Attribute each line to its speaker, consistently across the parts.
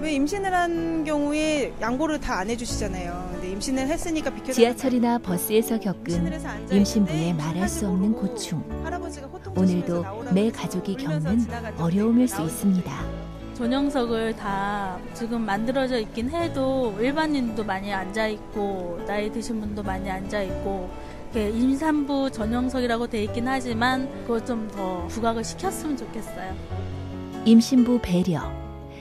Speaker 1: 왜 임신을 한 경우에 양보를 다 안 해주시잖아요. 근데 임신을 했으니까 비켜.
Speaker 2: 지하철이나 버스에서 겪은 임신부의 말할 수 없는 고충. 오늘도 매 가족이 겪는 어려움일 수 있습니다.
Speaker 3: 전용석을 다 지금 만들어져 있긴 해도 일반인도 많이 앉아 있고 나이 드신 분도 많이 앉아 있고 이렇게 임산부 전용석이라고 돼 있긴 하지만 그거 좀 더 부각을 시켰으면 좋겠어요.
Speaker 2: 임신부 배려,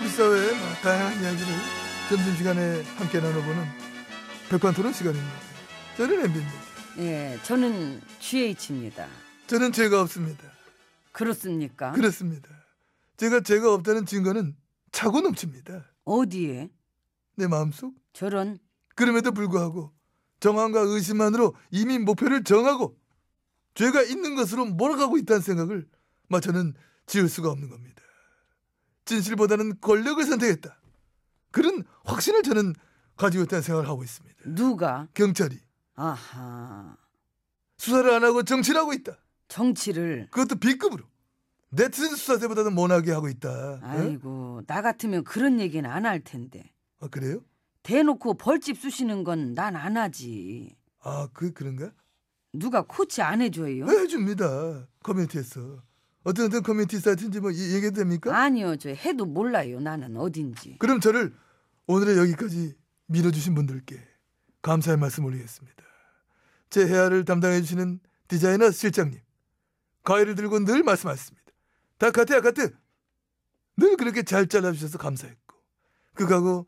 Speaker 4: 우리 사회의 뭐 다양한 이야기를 점심시간에 함께 나눠보는 백반토론 시간입니다. 저는 엠비입니다.
Speaker 5: 예, 저는 GH입니다.
Speaker 4: 저는 죄가 없습니다.
Speaker 5: 그렇습니까?
Speaker 4: 그렇습니다. 제가 죄가 없다는 증거는 차고 넘칩니다.
Speaker 5: 어디에?
Speaker 4: 내 마음속.
Speaker 5: 저런
Speaker 4: 그럼에도 불구하고 정황과 의심만으로 이미 목표를 정하고 죄가 있는 것으로 몰아가고 있다는 생각을 마 저는 지울 수가 없는 겁니다. 진실보다는 권력을 선택했다. 그런 확신을 저는 가지고 있다는 생각을 하고 있습니다.
Speaker 5: 누가?
Speaker 4: 경찰이
Speaker 5: 아하,
Speaker 4: 수사를 안 하고 정치를 하고 있다.
Speaker 5: 정치를.
Speaker 4: 그것도 B급으로. 네티즌 수사대보다는 모나게 하고 있다. 예? 응?
Speaker 5: 아이고, 나 같으면 그런 얘기는 안 할 텐데.
Speaker 4: 아, 그래요?
Speaker 5: 대놓고 벌집 쑤시는 건 난 안 하지.
Speaker 4: 아, 그 그런가?
Speaker 5: 누가 코치 안 해줘요?
Speaker 4: 네, 해줍니다. 커뮤니티에서. 어떤 어떤 커뮤니티 사이트인지 뭐 이- 얘기해도 됩니까?
Speaker 5: 아니요, 저 해도 몰라요. 나는 어딘지.
Speaker 4: 그럼 저를 오늘의 여기까지 밀어주신 분들께 감사의 말씀 올리겠습니다. 제 헤아를 담당해주시는 디자이너 실장님. 가위를 들고 늘 말씀하셨습니다. 다카트야 카트! 늘 그렇게 잘 잘라주셔서 감사했고 그가고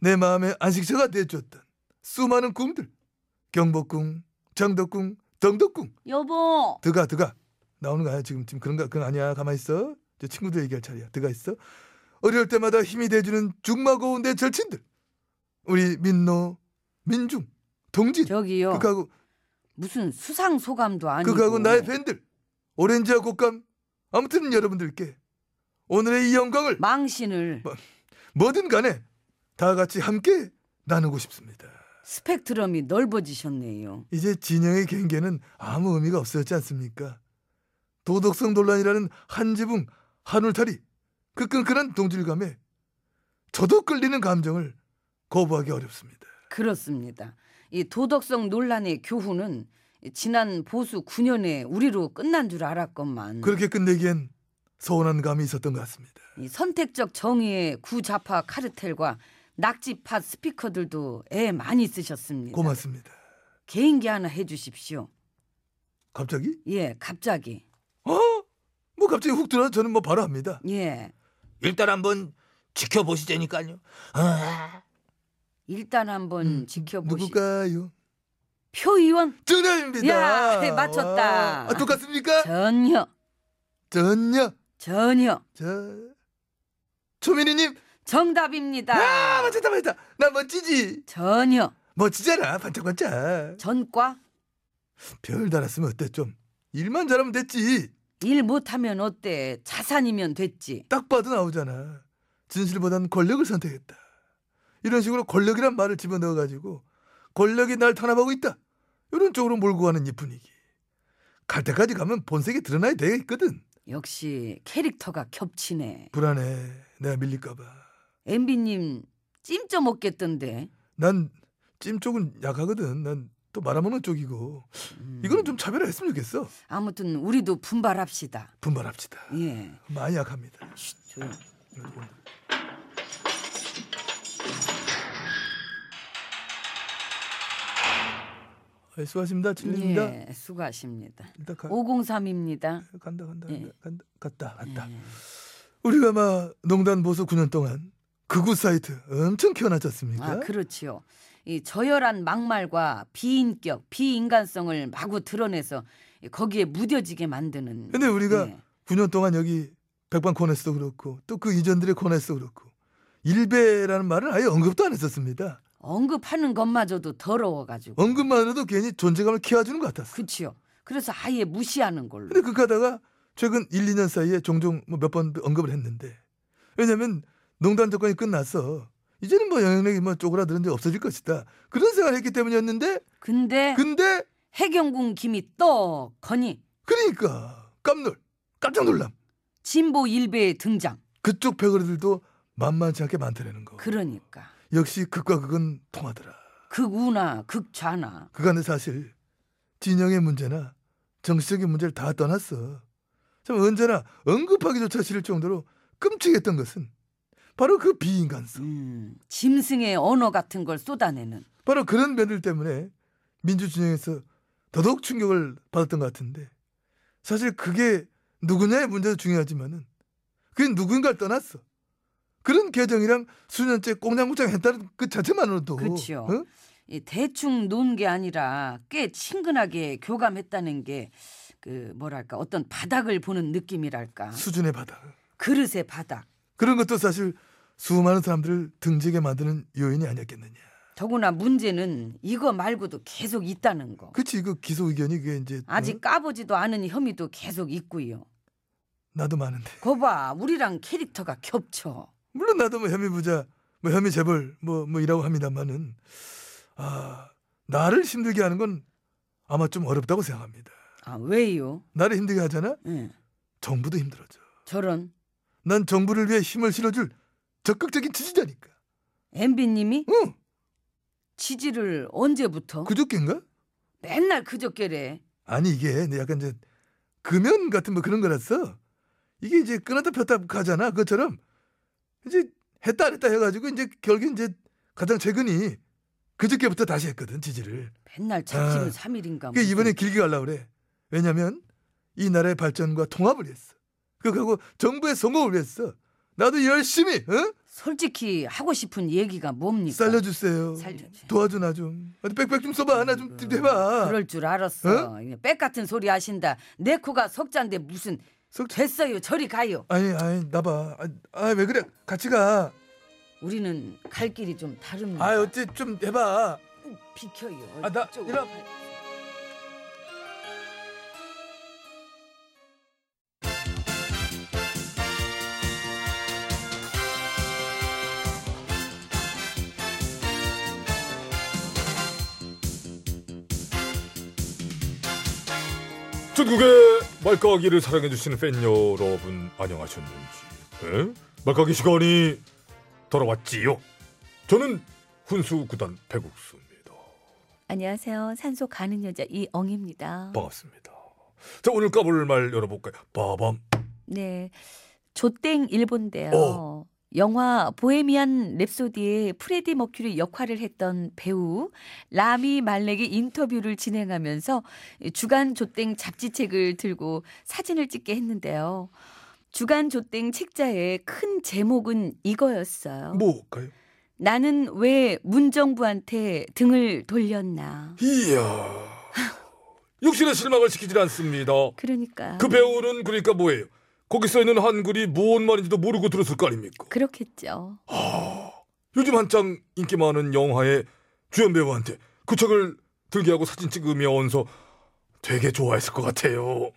Speaker 4: 내 마음의 안식처가 되어주었던 수많은 꿈들 경복궁, 장덕궁, 덩덕궁
Speaker 5: 여보,
Speaker 4: 드가 드가 나오는 거 아니야 지금 지금 그런가 그건 아니야 가만 있어 저 친구들 얘기할 차례야 드가 있어 어려울 때마다 힘이 돼주는 중마고운 내 절친들 우리 민노 민중 동진
Speaker 5: 저기요.
Speaker 4: 그가고
Speaker 5: 무슨 수상 소감도 아니고.
Speaker 4: 그가고 나의 팬들 오렌지와 곶감 아무튼 여러분들께 오늘의 이 영광을
Speaker 5: 망신을
Speaker 4: 마- 뭐든 간에 다 같이 함께 나누고 싶습니다.
Speaker 5: 스펙트럼이 넓어지셨네요.
Speaker 4: 이제 진영의 경계는 아무 의미가 없어졌지 않습니까? 도덕성 논란이라는 한 지붕, 한 울타리, 그 끈끈한 동질감에 저도 끌리는 감정을 거부하기 어렵습니다.
Speaker 5: 그렇습니다. 이 도덕성 논란의 교훈은 지난 보수 9년에 우리로 끝난 줄
Speaker 6: 음.
Speaker 5: 알았건만
Speaker 4: 그렇게 끝내기엔 서운한 감이 있었던 것 같습니다.
Speaker 5: 이 선택적 정의의 구좌파 카르텔과 낙지파 스피커들도 애 많이
Speaker 6: 음.
Speaker 5: 쓰셨습니다.
Speaker 4: 고맙습니다.
Speaker 5: 개인기 하나 해주십시오.
Speaker 4: 갑자기?
Speaker 5: 예, 갑자기.
Speaker 4: 어? 뭐 갑자기 훅 들어서 저는 뭐 바로 합니다.
Speaker 5: 예,
Speaker 6: 일단 한번 지켜보시자니까요. 아,
Speaker 5: 일단 한번
Speaker 4: 음,
Speaker 5: 지켜보시.
Speaker 4: 누굴까요?
Speaker 5: 표 의원
Speaker 4: 정답입니다.
Speaker 5: 야, 예, 맞췄다.
Speaker 4: 와, 아, 똑같습니까?
Speaker 5: 전혀
Speaker 4: 전혀.
Speaker 5: 전혀
Speaker 4: 저 초민희님
Speaker 5: 정답입니다.
Speaker 4: 아 맞췄다 맞췄다 나 멋지지
Speaker 5: 전혀
Speaker 4: 멋지잖아 반짝반짝
Speaker 5: 전과
Speaker 4: 별 달았으면 어때 좀 일만 잘하면 됐지
Speaker 5: 일 못하면 어때? 자산이면 됐지.
Speaker 4: 딱 봐도 나오잖아 진실보단 권력을 선택했다 이런 식으로 권력이란 말을 집어넣어가지고 권력이 날 탄압하고 있다 이런 쪽으로 몰고 가는 이 분위기 갈 때까지 가면 본색이 드러나야 되겠거든
Speaker 5: 역시 캐릭터가 겹치네.
Speaker 4: 불안해 내가 밀릴까봐
Speaker 5: 엠비님 찜쪄 먹겠던데.
Speaker 4: 난 찜 쪽은 약하거든 난 또 말아먹는 쪽이고
Speaker 5: 음.
Speaker 4: 이거는 좀 차별화했으면 좋겠어
Speaker 5: 아무튼 우리도 분발합시다.
Speaker 4: 분발합시다
Speaker 5: 예.
Speaker 4: 많이 약합니다.
Speaker 5: 조용.
Speaker 4: 아, 수고하십니다. 칠리입니다.
Speaker 5: 예, 수고하십니다.
Speaker 4: 일단 가,
Speaker 5: 503입니다.
Speaker 4: 간다 간다
Speaker 5: 예.
Speaker 4: 간다 갔다 갔다.
Speaker 5: 예.
Speaker 4: 우리가 막 농단 보수 9년 동안 극우 사이트 엄청 키워놨지 않습니까?
Speaker 5: 아, 그렇지요. 이 저열한 막말과 비인격, 비인간성을 마구 드러내서 거기에 무뎌지게 만드는
Speaker 4: 근데 우리가
Speaker 5: 예.
Speaker 4: 9년 동안 여기 백반 코너에서도 그렇고 또 그 이전들의 코너에서도 그렇고 일배라는 말은 아예 언급도 안 했었습니다.
Speaker 7: 언급하는 것마저도 더러워가지고.
Speaker 4: 언급만 해도 괜히 존재감을 키워주는 것 같았어요.
Speaker 7: 그치요. 그래서 아예 무시하는 걸로.
Speaker 4: 근데 그렇게 하다가 최근 1, 2년 사이에 종종 뭐 몇 번 언급을 했는데 왜냐면 농단 조건이 끝났어. 이제는 뭐 영향력이 뭐 쪼그라드는데 없어질 것이다. 그런 생각을 했기 때문이었는데
Speaker 5: 네.
Speaker 7: 근데
Speaker 4: 근데
Speaker 7: 해경군 김이 떡거니
Speaker 4: 그러니까 깜놀 깜짝 놀람
Speaker 7: 진보 일베의 등장.
Speaker 4: 그쪽 패거리들도 만만치 않게 많다라는 거.
Speaker 7: 그러니까
Speaker 4: 역시 극과 극은 통하더라.
Speaker 7: 극우나 극좌나
Speaker 4: 그간에 사실 진영의 문제나 정치적인 문제를 다 떠났어. 참 언제나 언급하기조차 싫을 정도로 끔찍했던 것은 바로 그 비인간성.
Speaker 7: 음, 짐승의 언어 같은 걸 쏟아내는
Speaker 4: 바로 그런 면들 때문에 민주진영에서 더더욱 충격을 받았던 것 같은데 사실 그게 누구냐의 문제도 중요하지만은 그게 누군가를 떠났어. 그런 개정이랑 수년째 꽁냥꽁냥 했다는 그 자체만으로도
Speaker 7: 그치요.
Speaker 4: 어?
Speaker 7: 이 대충 논 게 아니라 꽤 친근하게 교감했다는 게 그 뭐랄까 어떤 바닥을 보는 느낌이랄까
Speaker 4: 수준의 바닥.
Speaker 7: 그릇의 바닥
Speaker 4: 그런 것도 사실 수많은 사람들을 등지게 만드는 요인이 아니었겠느냐.
Speaker 7: 더구나 문제는 이거 말고도 계속 있다는 거
Speaker 4: 그치 그 기소 의견이 그게 이제
Speaker 7: 아직
Speaker 4: 어?
Speaker 7: 까보지도 않은 혐의도 계속 있고요
Speaker 4: 나도 많은데
Speaker 7: 거봐 우리랑 캐릭터가 겹쳐
Speaker 4: 물론 나도 뭐 혐의 부자, 뭐 혐의 재벌 뭐 뭐이라고 합니다만은 아 나를 힘들게 하는 건 아마 좀 어렵다고 생각합니다.
Speaker 7: 아 왜요
Speaker 4: 나를 힘들게 하잖아
Speaker 7: 응.
Speaker 4: 정부도 힘들어져.
Speaker 7: 저런
Speaker 4: 난 정부를 위해 힘을 실어줄 적극적인 지지자니까.
Speaker 7: 엠비님이
Speaker 4: 응,
Speaker 7: 지지를 언제부터
Speaker 4: 그저께인가?
Speaker 7: 맨날 그저께래
Speaker 4: 아니 이게 내 약간 이제 금연 같은 뭐 그런 거라서 이게 이제 끊었다 폈다 가잖아 그것처럼 이제 했다 안 했다 해가지고 이제 결국 이제 가장 최근이 그저께부터 다시 했거든 지지를
Speaker 7: 맨날 잡지는
Speaker 4: 아,
Speaker 7: 삼일인가
Speaker 4: 그 이번에 길게 가려고 그래 왜냐면 이 나라의 발전과 통합을 위해서 그리고 정부의 성공을 위해서 나도 열심히 어?
Speaker 7: 솔직히 하고 싶은 얘기가 뭡니까?
Speaker 4: 살려주세요
Speaker 7: 살려주-
Speaker 4: 도와줘 나좀 빽빽 좀 써봐 하나 좀 해봐
Speaker 7: 그럴 줄 알았어. 그냥 백 같은 소리 하신다. 내 코가 석자인데 무슨
Speaker 4: 석-
Speaker 7: 됐어요. 저리 가요.
Speaker 4: 아니 아니 나봐 아 왜 그래 같이 가
Speaker 7: 우리는 갈 길이 좀 다릅니다. 음,
Speaker 4: 아 어째 좀 해봐
Speaker 7: 비켜요.
Speaker 4: 아, 나
Speaker 7: 이쪽으로
Speaker 4: 이리 와.
Speaker 7: 가요.
Speaker 8: 전국의 말까기를 사랑해주시는 팬 여러분 안녕하셨는지 예? 말까기 시간이 돌아왔지요 저는 훈수 구단 배국수입니다
Speaker 5: 안녕하세요. 산소 가는 여자 이엉입니다.
Speaker 8: 반갑습니다 자 오늘 까볼 말 열어볼까요 빠밤
Speaker 5: 네. 조땡 일본데요.
Speaker 8: 어.
Speaker 5: 영화 보헤미안 랩소디의 프레디 머큐리 역할을 했던 배우 라미 말렉이 인터뷰를 진행하면서 주간 조땡 잡지책을 들고 사진을 찍게 했는데요. 주간 조땡 책자의 큰 제목은 이거였어요.
Speaker 8: 뭐? 뭘까요
Speaker 5: 나는 왜 문정부한테 등을 돌렸나.
Speaker 8: 이야 역시나 실망을 시키질 않습니다
Speaker 5: 그러니까
Speaker 8: 그 배우는 그러니까 뭐예요 거기 써있는 한글이 무슨 말인지도 모르고 들었을 거 아닙니까
Speaker 5: 그렇겠죠.
Speaker 8: 요즘 한창 인기 많은 영화의 주연 배우한테 그 책을 들게 하고 사진 찍으면서 되게 좋아했을 것 같아요.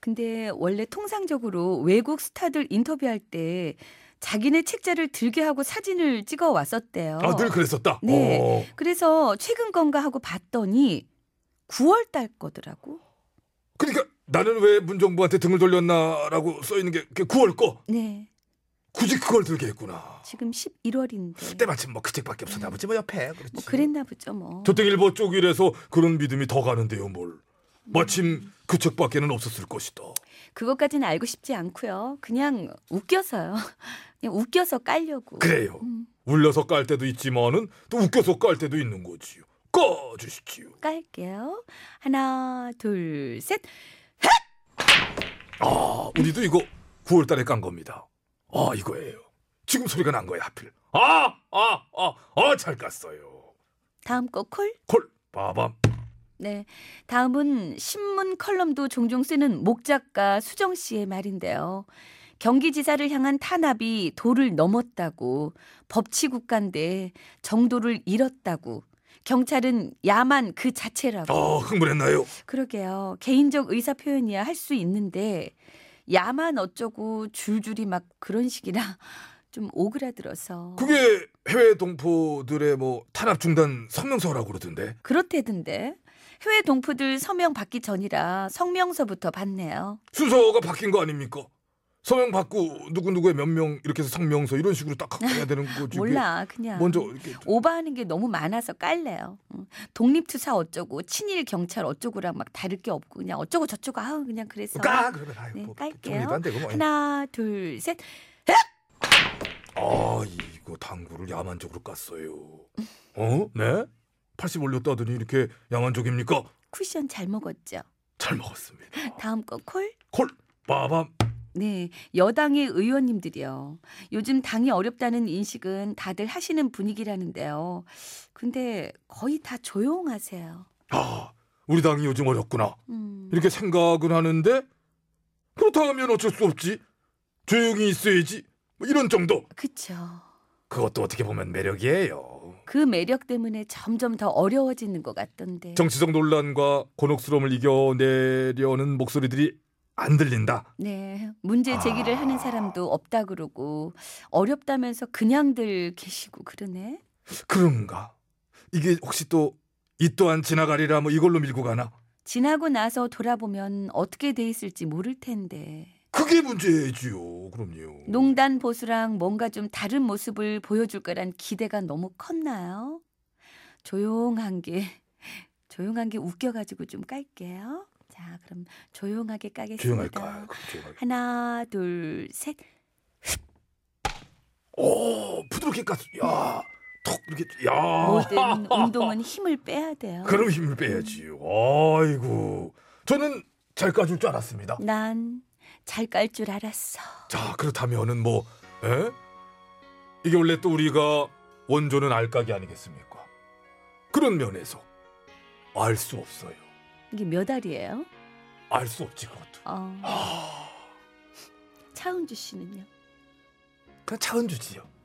Speaker 5: 근데 원래 통상적으로 외국 스타들 인터뷰할 때 자기네 책자를 들게 하고 사진을 찍어 왔었대요.
Speaker 8: 아, 늘 그랬었다.
Speaker 5: 네.
Speaker 8: 어.
Speaker 5: 그래서 최근 건가 하고 봤더니 9월 달 거더라고.
Speaker 8: 그러니까 나는 왜 문정부한테 등을 돌렸나라고 써 있는 게 9월 거
Speaker 5: 네.
Speaker 8: 굳이 그걸 들게 했구나.
Speaker 5: 지금 11월인데.
Speaker 8: 때마침 뭐 그 책밖에 없어 나머지 뭐 옆에 그렇지.
Speaker 5: 뭐 그랬나 보죠, 뭐.
Speaker 8: 저땡일보 쪽이라서 그런 믿음이 더 가는데요 뭘. 마침 그 책밖에는 없었을 것이다.
Speaker 5: 그것까지는 알고 싶지 않고요. 그냥 웃겨서요. 그냥 웃겨서 깔려고.
Speaker 8: 그래요.
Speaker 5: 음,
Speaker 8: 울려서 깔 때도 있지만은 또 웃겨서 깔 때도 있는 거지요. 꺼주시지요.
Speaker 5: 깔게요. 하나, 둘, 셋.
Speaker 8: 아, 우리도 이거 9월달에 깐 겁니다. 아, 이거예요. 지금 소리가 난 거야 하필. 아, 아, 아, 아, 잘 깠어요.
Speaker 5: 다음 거 콜.
Speaker 8: 콜, 빠밤.
Speaker 5: 네. 다음은 신문 컬럼도 종종 쓰는 목작가 수정 씨의 말인데요. 경기지사를 향한 탄압이 도를 넘었다고 법치국가인데 정도를 잃었다고 경찰은 야만 그 자체라고.
Speaker 4: 아 흥분했나요?
Speaker 5: 어. 그러게요. 개인적 의사 표현이야 할 수 있는데 야만 어쩌고 줄줄이 막 그런 식이라 좀 오그라들어서
Speaker 4: 그게 해외 동포들의 뭐 탄압 중단 성명서라고 그러던데.
Speaker 5: 그렇대던데 해외 동포들 서명 받기 전이라 성명서부터 받네요.
Speaker 4: 순서가 바뀐 거 아닙니까? 서명 받고 누구 누구의 몇 명 이렇게 해서 성명서 이런 식으로 딱 갖고 해야 되는 거지. 이게
Speaker 5: 몰라 그냥
Speaker 4: 먼저 이렇게
Speaker 5: 오바하는 게 너무 많아서 깔래요. 응. 독립투사 어쩌고 친일 경찰 어쩌고랑 막 다를 게 없고 그냥 어쩌고 저쩌고 아우 그냥 그래서
Speaker 4: 까 그러면 아유
Speaker 5: 네,
Speaker 4: 뭐
Speaker 5: 깔게요.
Speaker 4: 정리도 안 되고 뭐.
Speaker 5: 하나 둘 셋.
Speaker 4: 아 이거 당구를 야만적으로 깠어요. 어? 네? 80 올렸다더니 이렇게 야만적입니까?
Speaker 5: 쿠션 잘 먹었죠.
Speaker 4: 잘 먹었습니다.
Speaker 5: 다음 거 콜.
Speaker 4: 콜 빠밤.
Speaker 5: 네, 여당의 의원님들이요. 요즘 당이 어렵다는 인식은 다들 하시는 분위기라는데요. 근데 거의 다 조용하세요.
Speaker 4: 아 우리 당이 요즘 어렵구나.
Speaker 5: 음.
Speaker 4: 이렇게 생각은 하는데 그렇다면 어쩔 수 없지. 조용히 있어야지. 뭐 이런 정도.
Speaker 5: 그쵸.
Speaker 4: 그것도 어떻게 보면 매력이에요.
Speaker 5: 그 매력 때문에 점점 더 어려워지는 것 같던데.
Speaker 4: 정치적 논란과 곤혹스러움을 이겨내려는 목소리들이 안 들린다.
Speaker 5: 네,
Speaker 4: 아.
Speaker 5: 문제 제기를 하는 사람도 없다 그러고 어렵다면서 그냥들 계시고 그러네.
Speaker 4: 그런가? 이게 혹시 또 이 또한 지나가리라 뭐 이걸로 밀고 가나?
Speaker 5: 지나고 나서 돌아보면 어떻게 돼 있을지 모를 텐데.
Speaker 4: 그게 문제지요. 그럼요.
Speaker 5: 농단 보수랑 뭔가 좀 다른 모습을 보여줄 거란 기대가 너무 컸나요? 조용한 게 조용한 게 웃겨가지고 좀 깔게요. 자, 그럼 조용하게 까겠습니다.
Speaker 4: 조용할까? 그럼 조용하게.
Speaker 5: 하나, 둘, 셋.
Speaker 4: 오 부드럽게 깠어. 야, 톡 이렇게. 야.
Speaker 5: 모든 운동은 힘을 빼야 돼요.
Speaker 4: 그럼 힘을 빼야지요. 아이고. 저는 잘 까줄 줄 알았습니다.
Speaker 5: 난 잘 깔 줄 알았어.
Speaker 4: 자 그렇다면은 뭐 에? 이게 원래 또 우리가 원조는 알까기 아니겠습니까? 그런 면에서 알 수 없어요.
Speaker 5: 이게 몇 알이에요?
Speaker 4: 알 수 없지 그것도. 아,
Speaker 5: 어. 차은주 씨는요?
Speaker 4: 그냥 차은주지요.